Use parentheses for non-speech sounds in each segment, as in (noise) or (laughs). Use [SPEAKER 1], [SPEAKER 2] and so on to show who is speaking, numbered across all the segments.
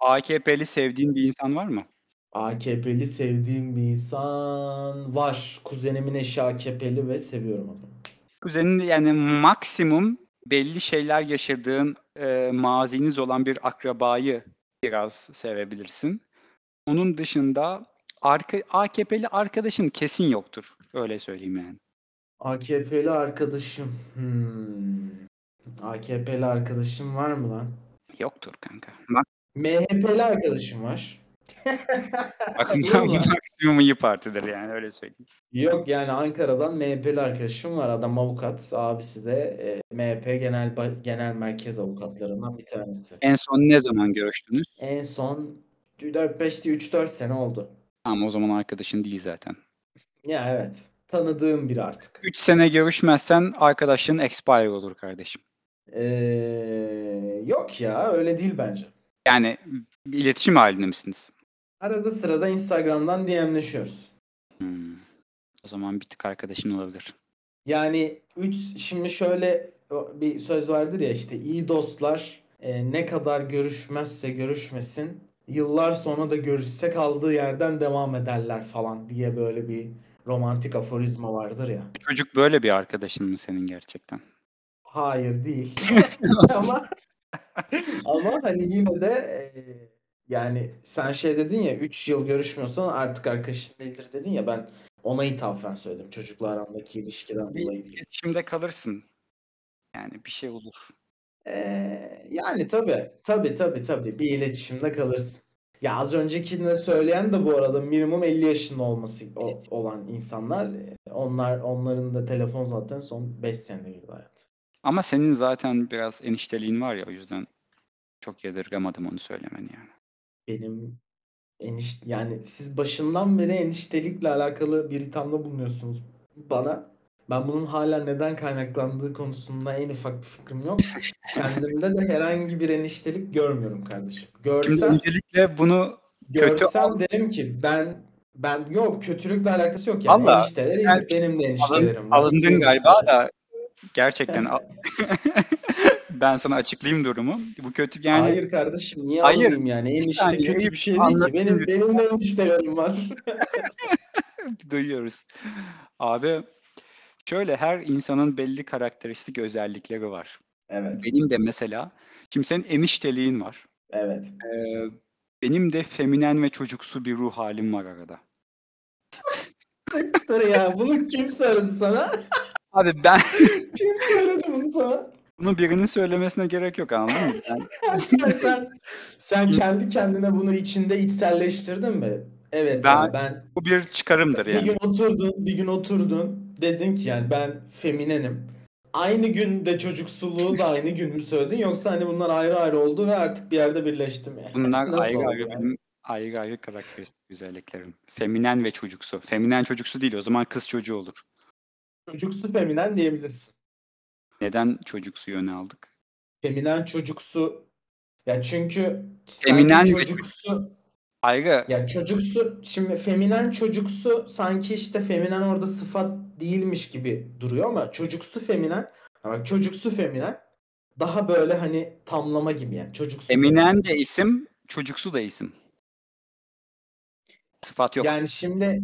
[SPEAKER 1] AKP'li sevdiğin bir insan var mı?
[SPEAKER 2] AKP'li sevdiğim bir insan var. Kuzenimin eşi AKP'li ve seviyorum onu.
[SPEAKER 1] Kuzenin yani maksimum belli şeyler yaşadığın, eee, maziniz olan bir akrabayı biraz sevebilirsin. Onun dışında arka AKP'li arkadaşın kesin yoktur. Öyle söyleyeyim yani.
[SPEAKER 2] AKP'li arkadaşım. hmm. Hımm. AKP'li arkadaşım var mı lan?
[SPEAKER 1] Yoktur kanka. Mak
[SPEAKER 2] MHP'li arkadaşım var.
[SPEAKER 1] bak
[SPEAKER 2] (laughs) Doğru
[SPEAKER 1] (laughs)
[SPEAKER 2] mu?
[SPEAKER 1] maksimum iyi partidir yani öyle söyleyeyim.
[SPEAKER 2] Yok yani Ankara'dan MHP'li arkadaşım var. Adam avukat. Abisi de e, MHP Genel Ba- Genel Merkez Avukatlarından bir tanesi.
[SPEAKER 1] En son ne zaman görüştünüz?
[SPEAKER 2] En son 4-5'te 3-4 sene oldu.
[SPEAKER 1] Tamam o zaman arkadaşın değil zaten.
[SPEAKER 2] Ya evet. Tanıdığım biri artık.
[SPEAKER 1] 3 sene görüşmezsen arkadaşın expire olur kardeşim.
[SPEAKER 2] Ee, yok ya öyle değil bence.
[SPEAKER 1] Yani bir iletişim halinde misiniz?
[SPEAKER 2] Arada sırada Instagram'dan DM'leşiyoruz.
[SPEAKER 1] Hmm. O zaman bir tık arkadaşın olabilir.
[SPEAKER 2] Yani 3 şimdi şöyle o- bir söz vardır ya işte iyi dostlar e, ne kadar görüşmezse görüşmesin yıllar sonra da görüşse kaldığı yerden devam ederler falan diye böyle bir romantik aforizma vardır ya.
[SPEAKER 1] Çocuk böyle bir arkadaşın mı senin gerçekten?
[SPEAKER 2] Hayır değil. (laughs) Ama ama hani yine de e, yani sen şey dedin ya 3 yıl görüşmüyorsan artık arkadaşın değildir dedin ya ben ona ithafen söyledim çocukla arandaki ilişkiden
[SPEAKER 1] bir
[SPEAKER 2] dolayı değil.
[SPEAKER 1] iletişimde kalırsın. Yani bir şey olur.
[SPEAKER 2] Ee, yani tabii, tabii, tabii, tabii bir iletişimde kalırsın. Ya az öncekinde söyleyen de bu arada minimum 50 yaşında olması o- olan insanlar. e, Onlar onların da telefon zaten son 5 senede gibi hayat.
[SPEAKER 1] Ama senin zaten biraz enişteliğin var ya o yüzden çok yadırgamadım onu söylemeni yani.
[SPEAKER 2] Benim enişte yani siz başından beri eniştelikle alakalı bir ithamda bulunuyorsunuz bana. Ben bunun hala neden kaynaklandığı konusunda en ufak bir
[SPEAKER 1] (laughs)
[SPEAKER 2] fikrim yok. Kendimde de herhangi bir eniştelik görmüyorum kardeşim.
[SPEAKER 1] Şimdi
[SPEAKER 2] Görsem
[SPEAKER 1] öncelikle bunu kötü
[SPEAKER 2] Görsem derim ki ben ben yok kötülükle alakası yok yani
[SPEAKER 1] Valla
[SPEAKER 2] enişteler
[SPEAKER 1] yani
[SPEAKER 2] iyidir. Benim de
[SPEAKER 1] alın,
[SPEAKER 2] eniştelerim var.
[SPEAKER 1] alındın galiba da gerçekten al- (laughs) ben sana açıklayayım durumu. Bu kötü yani
[SPEAKER 2] Hayır kardeşim niye
[SPEAKER 1] hayır
[SPEAKER 2] alınayım yani
[SPEAKER 1] bir
[SPEAKER 2] enişte
[SPEAKER 1] saniye
[SPEAKER 2] kötü bir şey değil ki.
[SPEAKER 1] anlatayım
[SPEAKER 2] Benim benim de eniştelerim var. (laughs)
[SPEAKER 1] duyuyoruz. Abi şöyle her insanın belli karakteristik özellikleri var.
[SPEAKER 2] Evet,
[SPEAKER 1] Benim de mesela şimdi senin enişteliğin var.
[SPEAKER 2] evet.
[SPEAKER 1] Ee, benim de feminen ve çocuksu bir ruh halim var arada.
[SPEAKER 2] Siktir ya bunu kim söyledi sana?
[SPEAKER 1] Abi ben (laughs)
[SPEAKER 2] Kim söyledi bunu sana?
[SPEAKER 1] bunu birinin söylemesine gerek yok anladın mı? Ben-
[SPEAKER 2] (laughs) Sen sen, sen kendi kendine bunu içinde içselleştirdin mi? Evet
[SPEAKER 1] ben
[SPEAKER 2] ya ben
[SPEAKER 1] bu bir çıkarımdır
[SPEAKER 2] Bir
[SPEAKER 1] yani.
[SPEAKER 2] gün oturdun, bir gün oturdun. Dedin ki yani ben feminenim. Aynı günde çocuksuluğu da aynı gün mü söyledin yoksa hani bunlar ayrı ayrı oldu ve artık bir yerde birleşti mi?
[SPEAKER 1] Bunlar
[SPEAKER 2] Nasıl
[SPEAKER 1] ayrı
[SPEAKER 2] oldu
[SPEAKER 1] ayrı
[SPEAKER 2] yani?
[SPEAKER 1] benim ayrı ayrı karakteristik özelliklerim. Feminen ve çocuksu. Feminen çocuksu değil o zaman kız çocuğu olur.
[SPEAKER 2] Çocuksu feminen diyebilirsin.
[SPEAKER 1] Neden çocuksu yöne aldık?
[SPEAKER 2] Feminen çocuksu ya çünkü sanki
[SPEAKER 1] Feminen ve çocuk
[SPEAKER 2] çocuksu
[SPEAKER 1] ayrı.
[SPEAKER 2] ya çocuksu şimdi feminen çocuksu sanki işte feminen orada sıfat değilmiş gibi duruyor ama çocuksu feminen ama çocuksu feminen daha böyle hani tamlama gibi yani çocuksu feminen.
[SPEAKER 1] Feminen de isim, çocuksu da isim. Sıfat yok.
[SPEAKER 2] Yani şimdi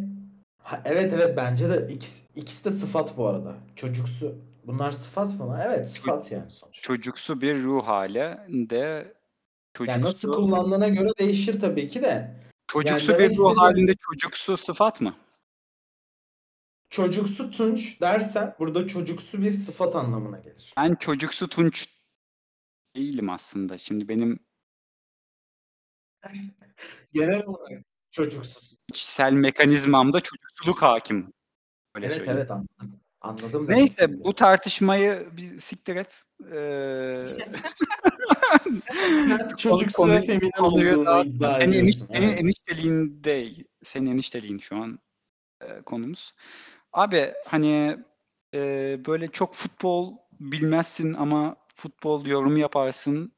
[SPEAKER 2] ha, evet evet bence de ikisi, ikisi de sıfat bu arada. Çocuksu. Bunlar sıfat mı lan? Evet
[SPEAKER 1] Ço-
[SPEAKER 2] sıfat yani sonuçta.
[SPEAKER 1] çocuksu bir ruh hali de
[SPEAKER 2] Yani nasıl
[SPEAKER 1] çocuksu
[SPEAKER 2] kullandığına göre değişir tabii ki de. Yani
[SPEAKER 1] çocuksu bir
[SPEAKER 2] demek
[SPEAKER 1] ruh
[SPEAKER 2] istediğim
[SPEAKER 1] halinde çocuksu sıfat mı?
[SPEAKER 2] çocuksu tunç dersen burada çocuksu bir sıfat anlamına gelir.
[SPEAKER 1] Ben çocuksu tunç değilim aslında. Şimdi benim
[SPEAKER 2] Genel olarak çocuksu.
[SPEAKER 1] içsel mekanizmamda çocuksuluk hakim. Öyle
[SPEAKER 2] Evet
[SPEAKER 1] söyleyeyim.
[SPEAKER 2] evet anladım. Anladım demek
[SPEAKER 1] Neyse bu
[SPEAKER 2] istediğini.
[SPEAKER 1] tartışmayı bir siktir et. Ee, Eee,
[SPEAKER 2] (laughs) Sen
[SPEAKER 1] konu,
[SPEAKER 2] çocuksu ve
[SPEAKER 1] konuyu,
[SPEAKER 2] feminen
[SPEAKER 1] konuyu
[SPEAKER 2] olduğunu
[SPEAKER 1] dağıtma.
[SPEAKER 2] iddia
[SPEAKER 1] Senin, eniş,
[SPEAKER 2] ediyorsun.
[SPEAKER 1] senin
[SPEAKER 2] Evet.
[SPEAKER 1] enişteliğin değil. Senin enişteliğin şu an e, konumuz. Abi hani e, böyle çok futbol bilmezsin ama futbol yorumu yaparsın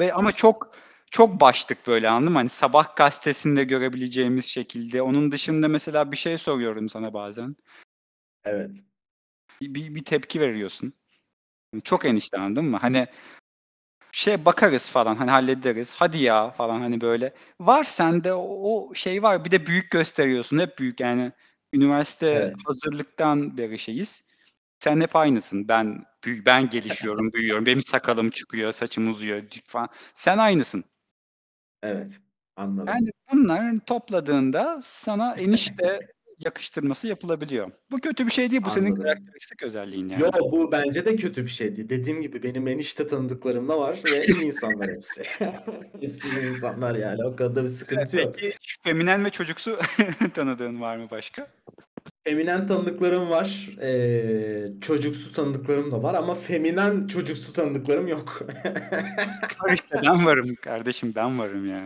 [SPEAKER 1] ve ama çok çok başlık böyle anladın mı? Hani sabah gazetesinde görebileceğimiz şekilde. Onun dışında mesela bir şey soruyorum sana bazen.
[SPEAKER 2] Evet.
[SPEAKER 1] Bir, bir bir tepki veriyorsun. Çok enişte anladın mı? Hani şey bakarız falan hani hallederiz. Hadi ya falan hani böyle. Var sende o, o şey var. Bir de büyük gösteriyorsun. Hep büyük yani. Üniversite
[SPEAKER 2] Evet.
[SPEAKER 1] hazırlıktan beri şeyiz. Sen hep aynısın. Ben büyü- ben
[SPEAKER 2] (laughs)
[SPEAKER 1] gelişiyorum, büyüyorum. Benim sakalım çıkıyor, saçım uzuyor falan. Sen aynısın.
[SPEAKER 2] Evet. Anladım.
[SPEAKER 1] Yani bunların topladığında sana
[SPEAKER 2] (laughs)
[SPEAKER 1] enişte yakıştırması yapılabiliyor. Bu kötü bir şey değil. Bu senin
[SPEAKER 2] Anladım.
[SPEAKER 1] karakteristik özelliğin yani.
[SPEAKER 2] Yo bu bence de kötü bir şeydi. Dediğim gibi benim enişte tanıdıklarım da var ve iyi insanlar hepsi. (laughs) Hepsi iyi insanlar yani. O kadar bir sıkıntı yok.
[SPEAKER 1] Peki şu feminen ve çocuksu (laughs) tanıdığın var mı başka?
[SPEAKER 2] Feminen tanıdıklarım var. Ee, çocuksu tanıdıklarım da var ama feminen çocuksu tanıdıklarım yok. (laughs)
[SPEAKER 1] Var işte ben varım kardeşim ben varım ya.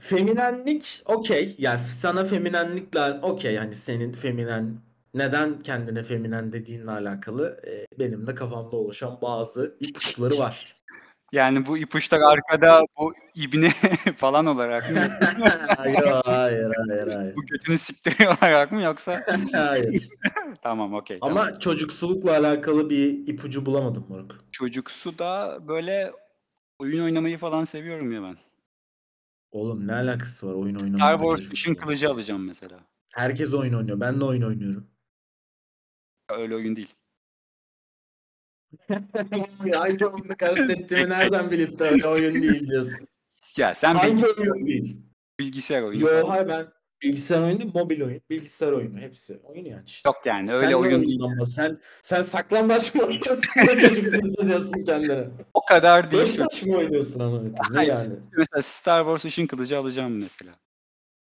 [SPEAKER 2] Feminenlik okey. Yani sana feminenlikler okey. Hani senin feminen neden kendine feminen dediğinle alakalı e, benim de kafamda oluşan bazı ipuçları var. (laughs)
[SPEAKER 1] Yani bu ipuçları arkada bu ibne (laughs) falan olarak mı?
[SPEAKER 2] Yo, hayır, hayır, hayır.
[SPEAKER 1] Bu götünü sikleri (laughs) olarak mı yoksa?
[SPEAKER 2] Hayır.
[SPEAKER 1] tamam okey tamam.
[SPEAKER 2] Ama çocuksulukla alakalı bir ipucu bulamadım moruk.
[SPEAKER 1] Çocuksu da böyle oyun oynamayı falan seviyorum ya
[SPEAKER 2] Hmm.
[SPEAKER 1] ben.
[SPEAKER 2] Oğlum ne alakası var oyun
[SPEAKER 1] Star
[SPEAKER 2] oynamanın da
[SPEAKER 1] Wars Işın
[SPEAKER 2] çocuksulukla?
[SPEAKER 1] Kılıcı alacağım mesela.
[SPEAKER 2] Herkes oyun oynuyor. Ben de oyun oynuyorum.
[SPEAKER 1] Öyle oyun değil.
[SPEAKER 2] Hangi oyunu
[SPEAKER 1] (laughs)
[SPEAKER 2] kastettiğimi nereden bilip de öyle oyun değil diyorsun.
[SPEAKER 1] ya sen
[SPEAKER 2] Hangi
[SPEAKER 1] bilgis-
[SPEAKER 2] oyun değil?
[SPEAKER 1] bilgisayar oyunu
[SPEAKER 2] Yo
[SPEAKER 1] falan.
[SPEAKER 2] hayır ben bilgisayar oyunu değil, mobil oyun. Bilgisayar oyunu hepsi. Oyun yani işte.
[SPEAKER 1] Yok yani öyle
[SPEAKER 2] Sen ne
[SPEAKER 1] oyun değil.
[SPEAKER 2] oynuyorsun ama sen sen saklambaç mı oynuyorsun
[SPEAKER 1] (laughs)
[SPEAKER 2] da çocuk hissediyorsun kendine.
[SPEAKER 1] O kadar değil.
[SPEAKER 2] Dövüş mı oynuyorsun ama ne
[SPEAKER 1] Hayır.
[SPEAKER 2] yani?
[SPEAKER 1] Mesela Star Wars Işın Kılıcı alacağım mesela.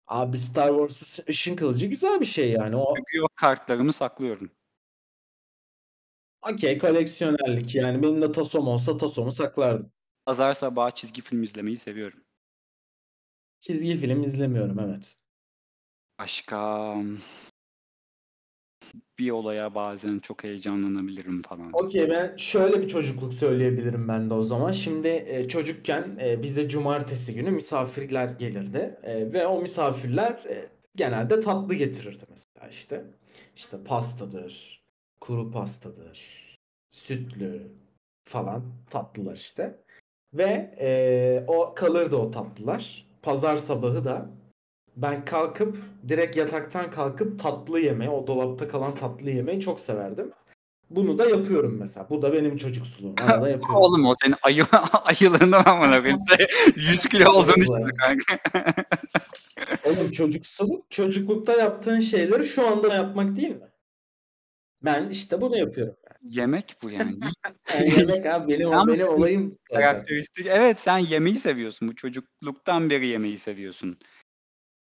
[SPEAKER 2] Abi Star Wars ışın kılıcı güzel bir şey yani. O
[SPEAKER 1] Çünkü yok kartlarımı saklıyorum.
[SPEAKER 2] okey koleksiyonerlik yani benim de tasom olsa tasomu saklardım.
[SPEAKER 1] Pazar sabahı çizgi film izlemeyi seviyorum.
[SPEAKER 2] Çizgi film izlemiyorum evet.
[SPEAKER 1] Başka bir olaya bazen çok heyecanlanabilirim falan.
[SPEAKER 2] Okey ben şöyle bir çocukluk söyleyebilirim ben de o zaman. Şimdi e, çocukken e, bize cumartesi günü misafirler gelirdi E, ve o misafirler e, genelde tatlı getirirdi mesela işte. İşte pastadır, kuru pastadır, sütlü falan tatlılar işte. Ve e, o kalırdı o tatlılar. Pazar sabahı da ben kalkıp direkt yataktan kalkıp tatlı yemeyi, o dolapta kalan tatlı yemeyi çok severdim. Bunu da yapıyorum mesela. Bu da benim çocuksuluğum. Arada
[SPEAKER 1] (laughs)
[SPEAKER 2] yapıyorum.
[SPEAKER 1] Oğlum o senin ayı, ayılığından amına koyayım. Sen 100 kilo olduğun için
[SPEAKER 2] Vallahi.
[SPEAKER 1] kanka.
[SPEAKER 2] Oğlum çocuksuluk, çocuklukta yaptığın şeyleri şu anda yapmak değil mi? Ben işte bunu yapıyorum.
[SPEAKER 1] Yemek bu
[SPEAKER 2] (laughs)
[SPEAKER 1] yani. (laughs)
[SPEAKER 2] Yani yemek abi benim,
[SPEAKER 1] Ama
[SPEAKER 2] benim
[SPEAKER 1] senin
[SPEAKER 2] olayım zaten.
[SPEAKER 1] karakteristik. Evet sen yemeği seviyorsun. Bu çocukluktan beri yemeği seviyorsun.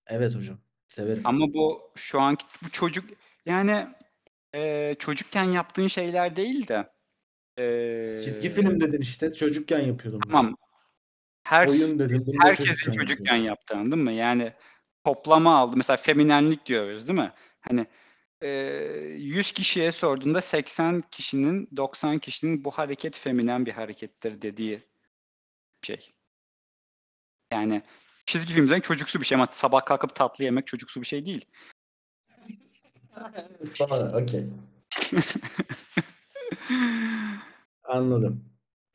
[SPEAKER 2] Evet hocam. Severim.
[SPEAKER 1] Ama bu şu anki bu çocuk yani e, çocukken yaptığın şeyler değil de e,
[SPEAKER 2] Çizgi film dedin işte. Çocukken yapıyordum bunu.
[SPEAKER 1] tamam her şey
[SPEAKER 2] Oyun dedin. Bunu da
[SPEAKER 1] herkesin
[SPEAKER 2] çocukken
[SPEAKER 1] çocukken
[SPEAKER 2] yapıyordum.
[SPEAKER 1] yaptığını değil mi? Yani toplama aldı. Mesela feminenlik diyoruz değil mi? Hani eee 100 kişiye sorduğunda 80 kişinin 90 kişinin bu hareket feminen bir harekettir dediği şey. Yani çizgi filmden çocuksu bir şey ama sabah kalkıp tatlı yemek çocuksu bir şey değil.
[SPEAKER 2] Doğru. Okey. (laughs) Anladım.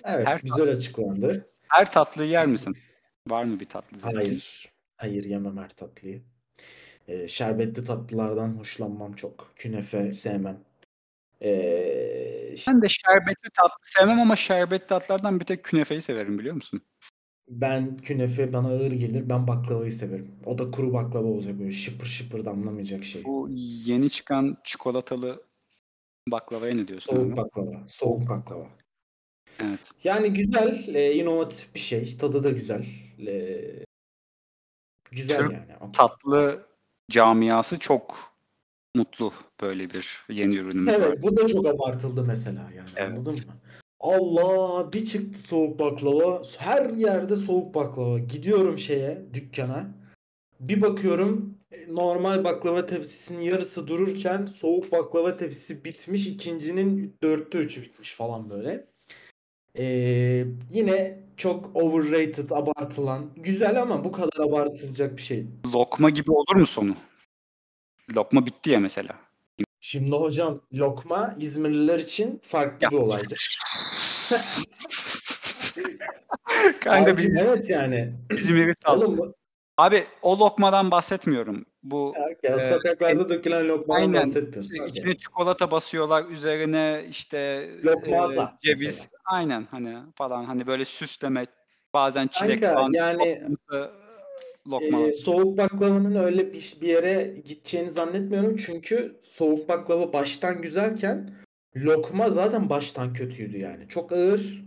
[SPEAKER 1] her
[SPEAKER 2] Evet. Güzel
[SPEAKER 1] tatlı,
[SPEAKER 2] açıklandı.
[SPEAKER 1] her tatlıyı yer misin? Var mı bir tatlı zevkin?
[SPEAKER 2] Hayır. Hayır yemem her tatlıyı. Ee, şerbetli tatlılardan hoşlanmam çok. Künefe sevmem. Ee, işte
[SPEAKER 1] Ben de şerbetli tatlı sevmem ama şerbetli tatlardan bir tek künefeyi severim biliyor musun?
[SPEAKER 2] ben künefe bana ağır gelir. Ben baklavayı severim. O da kuru baklava olacak böyle şıpır şıpır damlamayacak şey.
[SPEAKER 1] Bu yeni çıkan çikolatalı baklavaya ne diyorsun
[SPEAKER 2] Soğuk
[SPEAKER 1] abi?
[SPEAKER 2] baklava. Soğuk baklava.
[SPEAKER 1] Evet.
[SPEAKER 2] Yani güzel, e, inovatif bir şey. Tadı da güzel. E, güzel
[SPEAKER 1] Türk
[SPEAKER 2] yani. Okey.
[SPEAKER 1] tatlı camiası çok mutlu böyle bir yeni ürünümüz var.
[SPEAKER 2] Evet, bu da çok abartıldı mesela yani anladın
[SPEAKER 1] Evet.
[SPEAKER 2] mı? Allah bir çıktı soğuk baklava. Her yerde soğuk baklava. Gidiyorum şeye, dükkana. Bir bakıyorum e, normal baklava tepsisinin yarısı dururken soğuk baklava tepsisi bitmiş. ikincinin dörtte üçü bitmiş falan böyle. Ee, yine çok overrated, abartılan. Güzel ama bu kadar abartılacak bir şey.
[SPEAKER 1] Lokma gibi olur mu sonu? Lokma bitti ya
[SPEAKER 2] (laughs)
[SPEAKER 1] mesela.
[SPEAKER 2] Şimdi hocam lokma İzmirliler için
[SPEAKER 1] Ya.
[SPEAKER 2] farklı bir olaydır.
[SPEAKER 1] Kanka
[SPEAKER 2] Abi,
[SPEAKER 1] biz
[SPEAKER 2] Evet yani.
[SPEAKER 1] İzmir'i saldık.
[SPEAKER 2] Oğlum bu-
[SPEAKER 1] Abi o lokmadan bahsetmiyorum. Bu
[SPEAKER 2] ya,
[SPEAKER 1] Ee,
[SPEAKER 2] sokaklarda dökülen lokmadan
[SPEAKER 1] aynen. Ee,
[SPEAKER 2] bahsetmiyorsun. abi.
[SPEAKER 1] içine çikolata basıyorlar, üzerine işte
[SPEAKER 2] Lokma
[SPEAKER 1] e,
[SPEAKER 2] ata
[SPEAKER 1] ceviz
[SPEAKER 2] mesela.
[SPEAKER 1] aynen hani falan hani böyle süsleme bazen çilek
[SPEAKER 2] Kanka
[SPEAKER 1] falan
[SPEAKER 2] yani
[SPEAKER 1] lokması, lokma.
[SPEAKER 2] Ee, soğuk baklavanın öyle bir, bir yere gideceğini zannetmiyorum. Çünkü soğuk baklava baştan güzelken lokma zaten baştan kötüydü yani. Çok ağır.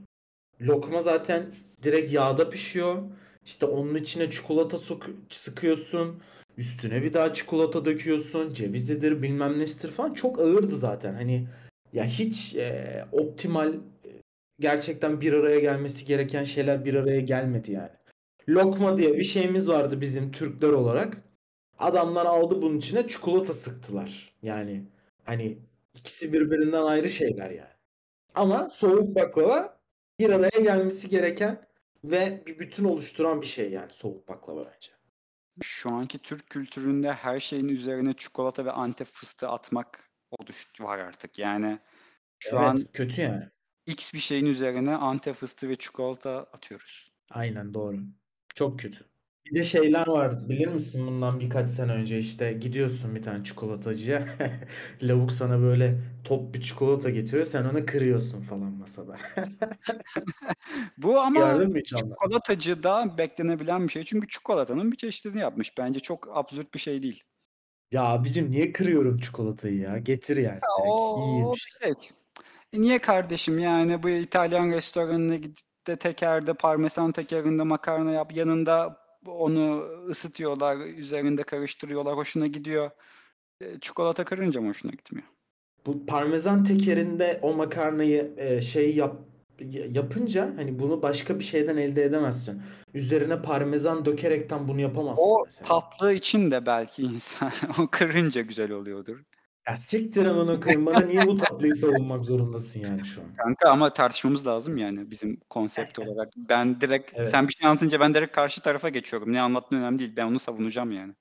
[SPEAKER 2] Lokma zaten direkt yağda pişiyor. İşte onun içine çikolata sok- sıkıyorsun. Üstüne bir daha çikolata döküyorsun. Cevizidir bilmem nesidir falan. Çok ağırdı zaten. Hani ya hiç e, optimal e, gerçekten bir araya gelmesi gereken şeyler bir araya gelmedi yani. Lokma diye bir şeyimiz vardı bizim Türkler olarak. Adamlar aldı bunun içine çikolata sıktılar. Yani hani ikisi birbirinden ayrı şeyler yani. Ama soğuk baklava bir araya gelmesi gereken ve bir bütün oluşturan bir şey yani soğuk baklava bence.
[SPEAKER 1] Şu anki Türk kültüründe her şeyin üzerine çikolata ve Antep fıstığı atmak oluş var artık. Yani şu
[SPEAKER 2] evet
[SPEAKER 1] an
[SPEAKER 2] kötü yani.
[SPEAKER 1] X bir şeyin üzerine Antep fıstığı ve çikolata atıyoruz.
[SPEAKER 2] Aynen doğru. Çok kötü. Bir de şeyler var bilir misin bundan birkaç sene önce işte gidiyorsun bir tane çikolatacıya (laughs) lavuk sana böyle top bir çikolata getiriyor sen onu kırıyorsun falan masada.
[SPEAKER 1] Bu ama
[SPEAKER 2] Gördün mü hiç onları?
[SPEAKER 1] çikolatacı da beklenebilen bir şey. Çünkü çikolatanın bir çeşidini yapmış. Bence çok absürt bir şey değil.
[SPEAKER 2] Ya abicim niye kırıyorum çikolatayı ya? Getir yani direkt.
[SPEAKER 1] O, o
[SPEAKER 2] Yiyeyim
[SPEAKER 1] bir
[SPEAKER 2] işte.
[SPEAKER 1] şey. E niye kardeşim yani bu İtalyan restoranına gidip de tekerde parmesan tekerinde makarna yap yanında onu ısıtıyorlar üzerinde karıştırıyorlar hoşuna gidiyor. E, Çikolata kırınca mı hoşuna gitmiyor?
[SPEAKER 2] Bu parmesan tekerinde o makarnayı e, şey yap y- yapınca hani bunu başka bir şeyden elde edemezsin. Üzerine parmesan dökerekten bunu yapamazsın
[SPEAKER 1] O
[SPEAKER 2] mesela.
[SPEAKER 1] tatlı için de belki insan (laughs) o kırınca güzel oluyordur.
[SPEAKER 2] Ya siktir amına koyayım bana niye bu tatlıyı savunmak zorundasın yani şu an?
[SPEAKER 1] Kanka ama tartışmamız lazım yani bizim
[SPEAKER 2] (laughs)
[SPEAKER 1] konsept olarak. Ben direkt sen bir
[SPEAKER 2] Evet.
[SPEAKER 1] şey anlatınca ben direkt karşı tarafa geçiyorum. Ne anlattığın önemli değil. Ben onu savunacağım yani.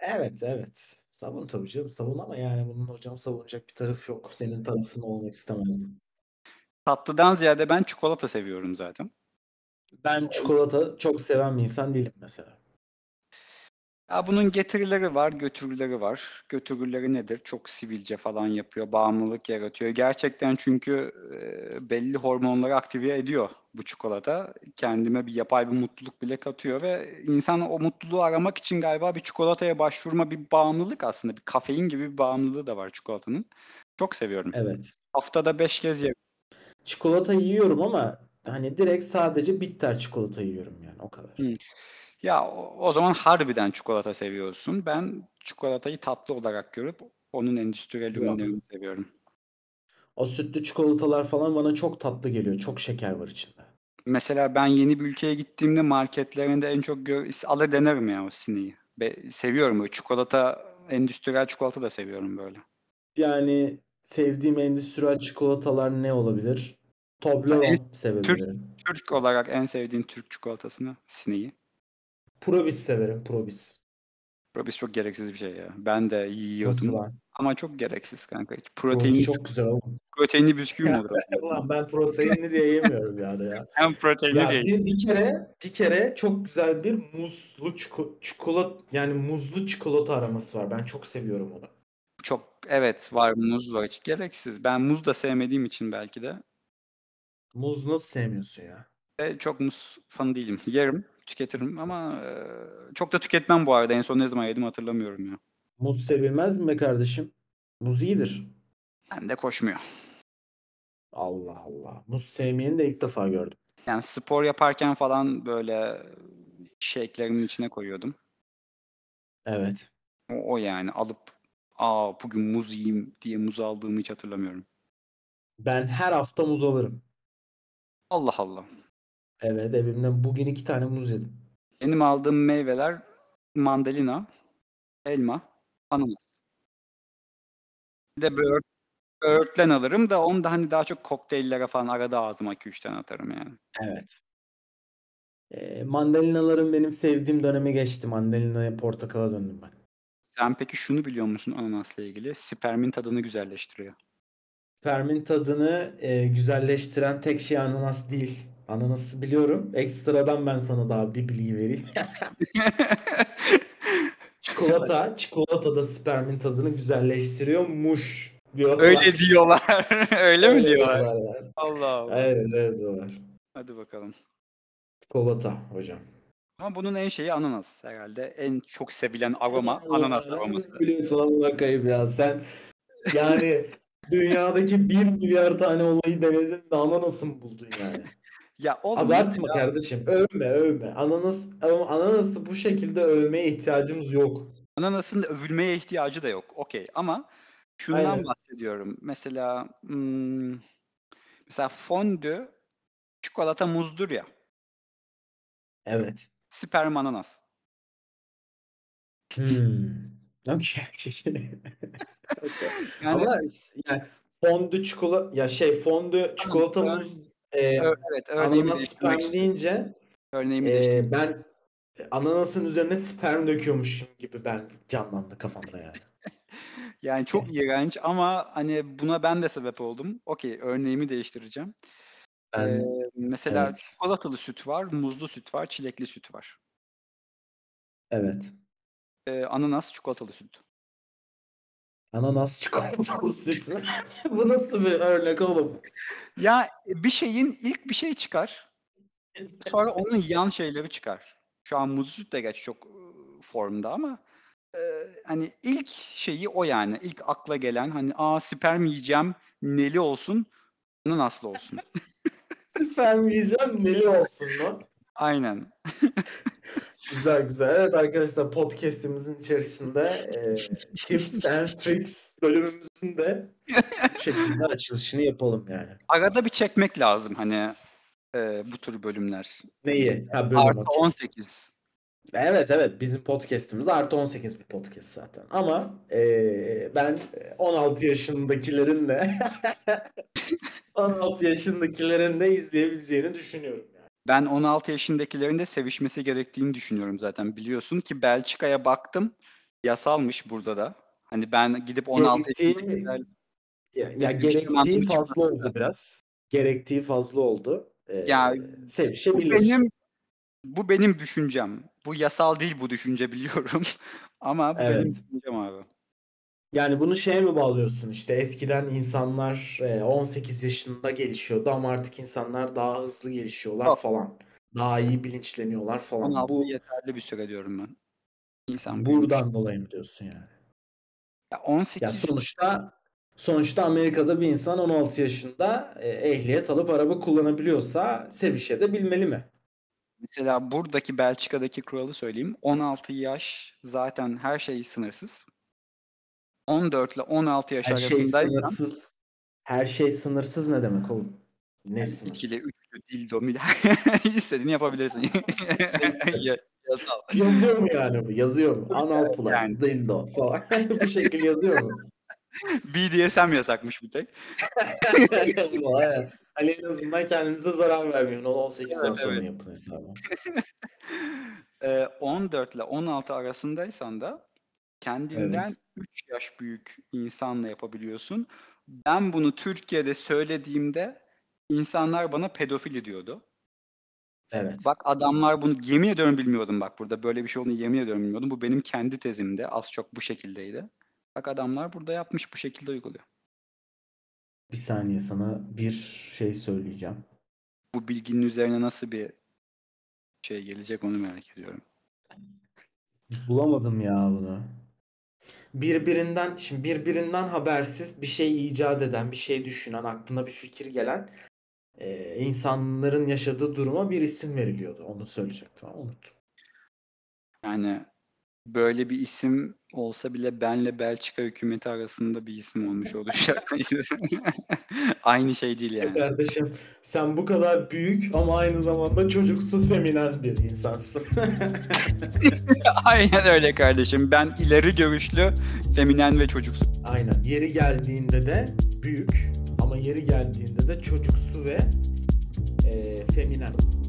[SPEAKER 2] Evet evet. Savun tabii canım savun ama yani bunun hocam savunacak bir taraf yok. Senin tarafın olmak istemezdim.
[SPEAKER 1] Tatlıdan ziyade ben çikolata seviyorum zaten.
[SPEAKER 2] Ben çikolata çok seven bir insan değilim mesela.
[SPEAKER 1] Ya bunun getirileri var, götürüleri var. Götürüleri nedir? Çok sivilce falan yapıyor, bağımlılık yaratıyor. Gerçekten çünkü e, belli hormonları aktive ediyor bu çikolata. Kendime bir yapay bir mutluluk bile katıyor ve insan o mutluluğu aramak için galiba bir çikolataya başvurma bir bağımlılık aslında. Bir kafein gibi bir bağımlılığı da var çikolatanın. Çok seviyorum.
[SPEAKER 2] Evet.
[SPEAKER 1] Haftada 5 kez yerim.
[SPEAKER 2] Çikolata yiyorum ama hani direkt sadece bitter çikolata yiyorum yani o kadar.
[SPEAKER 1] Hı. Ya o, o zaman harbiden çikolata seviyorsun. Ben çikolatayı tatlı olarak görüp onun endüstriyel
[SPEAKER 2] Yok.
[SPEAKER 1] ürünlerini seviyorum.
[SPEAKER 2] O sütlü çikolatalar falan bana çok tatlı geliyor. Çok şeker var içinde.
[SPEAKER 1] Mesela ben yeni bir ülkeye gittiğimde marketlerinde en çok gör, is- alır denerim ya o sineği. Be- seviyorum böyle çikolata, endüstriyel çikolata da seviyorum böyle.
[SPEAKER 2] Yani sevdiğim endüstriyel çikolatalar ne olabilir?
[SPEAKER 1] Mesela en,
[SPEAKER 2] Toblerone
[SPEAKER 1] Türk,
[SPEAKER 2] sevebilirim.
[SPEAKER 1] Türk olarak en sevdiğin Türk çikolatasını, sineği.
[SPEAKER 2] Probis severim, Probis.
[SPEAKER 1] Probis çok gereksiz bir şey ya. Ben de
[SPEAKER 2] Nasıl
[SPEAKER 1] yiyordum
[SPEAKER 2] lan?
[SPEAKER 1] ama çok gereksiz kanka. Hiç
[SPEAKER 2] Probis
[SPEAKER 1] proteinli,
[SPEAKER 2] çok güzel oğlum.
[SPEAKER 1] proteinli bisküvi mi olur o zaman?
[SPEAKER 2] Ulan ben proteinli diye yemiyorum yani
[SPEAKER 1] (laughs)
[SPEAKER 2] ya.
[SPEAKER 1] Hem proteinli
[SPEAKER 2] Ya
[SPEAKER 1] değil.
[SPEAKER 2] bir, bir kere bir kere çok güzel bir muzlu çikolata yani muzlu çikolata aroması var. Ben çok seviyorum onu.
[SPEAKER 1] Çok evet var muz var. Hiç gereksiz. Ben muz da sevmediğim için belki de.
[SPEAKER 2] Muz nasıl sevmiyorsun ya?
[SPEAKER 1] E, çok muz fanı değilim. Yerim, tüketirim ama e, çok da tüketmem bu arada. En son ne zaman yedim hatırlamıyorum ya.
[SPEAKER 2] Muz sevilmez mi be kardeşim? Muz iyidir.
[SPEAKER 1] Ben de koşmuyor.
[SPEAKER 2] Allah Allah. Muz sevmeyeni de ilk defa gördüm.
[SPEAKER 1] Yani spor yaparken falan böyle shake'lerimin içine koyuyordum.
[SPEAKER 2] Evet.
[SPEAKER 1] O, o yani alıp aa bugün muz yiyeyim diye muz aldığımı hiç hatırlamıyorum.
[SPEAKER 2] Ben her hafta muz alırım.
[SPEAKER 1] Allah Allah.
[SPEAKER 2] Evet evimden bugün iki tane muz yedim.
[SPEAKER 1] Benim aldığım meyveler mandalina, elma, ananas. Bir de böğürt, böğürtlen alırım da onu da hani daha çok kokteyllere falan arada ağzıma 2-3 tane atarım yani.
[SPEAKER 2] Evet. Ee, mandalinaların benim sevdiğim dönemi geçti. Mandalinaya portakala döndüm ben.
[SPEAKER 1] Sen peki şunu biliyor musun ananasla ilgili? Spermin tadını güzelleştiriyor. (laughs)
[SPEAKER 2] Spermin tadını e, güzelleştiren tek şey ananas değil. Ananası biliyorum. Ekstradan ben sana daha bir
[SPEAKER 1] (laughs)
[SPEAKER 2] bilgi vereyim. Çikolata, çikolata da spermin tadını güzelleştiriyormuş diyorlar.
[SPEAKER 1] Öyle diyorlar. (laughs) Öyle mi diyorlar?
[SPEAKER 2] yani.
[SPEAKER 1] Allah Allah.
[SPEAKER 2] Evet, evet diyorlar.
[SPEAKER 1] Hadi bakalım.
[SPEAKER 2] Çikolata hocam.
[SPEAKER 1] Ama bunun en şeyi ananas herhalde. En çok sevilen aroma ananas aroması.
[SPEAKER 2] Biliyorsun amına kayıp ya sen. Yani dünyadaki 1 milyar tane olayı denedin de ananası mı buldun yani?
[SPEAKER 1] Ya oğlum
[SPEAKER 2] Abartma
[SPEAKER 1] mesela-
[SPEAKER 2] kardeşim. Övme övme. Ananas, ananası bu şekilde övmeye ihtiyacımız yok.
[SPEAKER 1] Ananasın övülmeye ihtiyacı da yok. Okey ama şundan
[SPEAKER 2] Aynen.
[SPEAKER 1] bahsediyorum. Mesela hmm, mesela fondü çikolata muzdur ya.
[SPEAKER 2] Evet.
[SPEAKER 1] Sperm ananas.
[SPEAKER 2] (laughs) Hmm. Okey.
[SPEAKER 1] Yani
[SPEAKER 2] Ama s- yani fondü çikolata ya şey fondü çikolata
[SPEAKER 1] ben-
[SPEAKER 2] muz e,
[SPEAKER 1] ö- evet örneğimi
[SPEAKER 2] ananas
[SPEAKER 1] değiştirmek
[SPEAKER 2] sperm
[SPEAKER 1] istiyorum.
[SPEAKER 2] deyince
[SPEAKER 1] Örneğimi
[SPEAKER 2] e,
[SPEAKER 1] değiştirmek
[SPEAKER 2] ben e, ananasın üzerine sperm döküyormuş gibi ben canlandı kafamda yani.
[SPEAKER 1] Yani
[SPEAKER 2] (laughs)
[SPEAKER 1] çok iğrenç ama hani buna ben de sebep oldum. Okey, örneğimi değiştireceğim.
[SPEAKER 2] Ben,
[SPEAKER 1] Ee, mesela
[SPEAKER 2] evet.
[SPEAKER 1] çikolatalı süt var, muzlu süt var, çilekli süt var.
[SPEAKER 2] Evet.
[SPEAKER 1] Ee, ananas çikolatalı süt. (laughs)
[SPEAKER 2] Ananas çikolatalı süt mü? (laughs) Bu nasıl bir örnek oğlum?
[SPEAKER 1] Ya e, bir şeyin ilk bir şey çıkar, sonra onun yan şeyleri çıkar. Şu an muzlu süt de geç çok e, formda ama e, hani ilk şeyi o yani. ilk akla gelen hani aa sperm yiyeceğim, neli olsun, ananaslı olsun.
[SPEAKER 2] Sperm yiyeceğim neli olsun lan?
[SPEAKER 1] Aynen.
[SPEAKER 2] Güzel güzel. Evet arkadaşlar podcast'imizin içerisinde e, tips and tricks bölümümüzün de
[SPEAKER 1] (laughs)
[SPEAKER 2] bu şekilde açılışını yapalım yani.
[SPEAKER 1] arada bir çekmek lazım hani e, bu tür bölümler.
[SPEAKER 2] Neyi? Ha, bölüm
[SPEAKER 1] Artı
[SPEAKER 2] okey.
[SPEAKER 1] 18.
[SPEAKER 2] Evet evet bizim podcast'imiz artı 18 bir podcast zaten. Ama e, ben 16 yaşındakilerin de (laughs) 16 yaşındakilerin de izleyebileceğini düşünüyorum. yani.
[SPEAKER 1] Ben 16 yaşındakilerin de sevişmesi gerektiğini düşünüyorum zaten biliyorsun ki Belçika'ya baktım yasalmış burada da. Hani ben gidip 16
[SPEAKER 2] Gerektiği-
[SPEAKER 1] yaşındakiler
[SPEAKER 2] Ya, ya
[SPEAKER 1] Biz
[SPEAKER 2] gerektiği
[SPEAKER 1] mantığını
[SPEAKER 2] fazla
[SPEAKER 1] çıkarttık
[SPEAKER 2] oldu biraz. Gerektiği fazla oldu. E,
[SPEAKER 1] Ya, bu
[SPEAKER 2] sevişebilir.
[SPEAKER 1] benim bu benim düşüncem. Bu yasal değil bu düşünce (laughs) biliyorum. Ama bu benim
[SPEAKER 2] Evet.
[SPEAKER 1] düşüncem abi.
[SPEAKER 2] Yani bunu şeye mi bağlıyorsun işte eskiden insanlar e, 18 yaşında gelişiyordu ama artık insanlar daha hızlı gelişiyorlar
[SPEAKER 1] Yok.
[SPEAKER 2] falan. Daha iyi bilinçleniyorlar falan.
[SPEAKER 1] 16
[SPEAKER 2] Bu
[SPEAKER 1] yeterli bir süre diyorum ben. İnsan büyümüş.
[SPEAKER 2] buradan dolayı mı diyorsun yani?
[SPEAKER 1] Ya
[SPEAKER 2] Ya
[SPEAKER 1] 18
[SPEAKER 2] sonuçta sonuçta Amerika'da bir insan 16 yaşında e, ehliyet alıp araba kullanabiliyorsa sevişe de bilmeli mi?
[SPEAKER 1] Mesela buradaki Belçika'daki kuralı söyleyeyim. 16 yaş zaten her şey sınırsız. 14 ile 16 yaş
[SPEAKER 2] Her şey
[SPEAKER 1] arasındaysan
[SPEAKER 2] sınırsız. Her şey sınırsız ne demek oğlum? Ne
[SPEAKER 1] yani
[SPEAKER 2] sınırsız?
[SPEAKER 1] ikili, üçlü, dildo, mil (laughs) istediğini yapabilirsin. (laughs) Ya- Yasal.
[SPEAKER 2] (laughs) Yazıyor mu yani bu? Yazıyor mu? Anal plug,
[SPEAKER 1] yani.
[SPEAKER 2] dildo falan. (laughs) Bu şekilde
[SPEAKER 1] (laughs)
[SPEAKER 2] yazıyor mu?
[SPEAKER 1] BDSM yasakmış bir tek.
[SPEAKER 2] Vay. hani en azından kendinize zarar vermeyin. Onu 18'den
[SPEAKER 1] Evet,
[SPEAKER 2] sonra
[SPEAKER 1] evet.
[SPEAKER 2] yapın hesabı.
[SPEAKER 1] Ee, 14 ile 16 arasındaysan da kendinden 3 yaş büyük insanla yapabiliyorsun. Ben bunu Türkiye'de söylediğimde insanlar bana pedofili diyordu.
[SPEAKER 2] Evet.
[SPEAKER 1] Bak adamlar bunu yemin ediyorum bilmiyordum bak burada böyle bir şey olduğunu yemin ediyorum bilmiyordum. Bu benim kendi tezimde az çok bu şekildeydi. Bak adamlar burada yapmış bu şekilde uyguluyor.
[SPEAKER 2] Bir saniye sana bir şey söyleyeceğim.
[SPEAKER 1] Bu bilginin üzerine nasıl bir şey gelecek onu merak ediyorum.
[SPEAKER 2] Bulamadım ya bunu. Birbirinden şimdi birbirinden habersiz bir şey icat eden, bir şey düşünen, aklına bir fikir gelen e, insanların yaşadığı duruma bir isim veriliyordu. Onu söyleyecektim ama unuttum.
[SPEAKER 1] Yani böyle bir isim olsa bile benle Belçika hükümeti arasında bir isim olmuş (laughs) olacak. Aynı şey değil yani.
[SPEAKER 2] Kardeşim sen bu kadar büyük ama aynı zamanda çocuksu feminen bir insansın.
[SPEAKER 1] (laughs)
[SPEAKER 2] (laughs)
[SPEAKER 1] Aynen öyle kardeşim. Ben ileri görüşlü, feminen ve çocuksu.
[SPEAKER 2] Aynen. Yeri geldiğinde de büyük ama yeri geldiğinde de çocuksu ve eee e, feminen.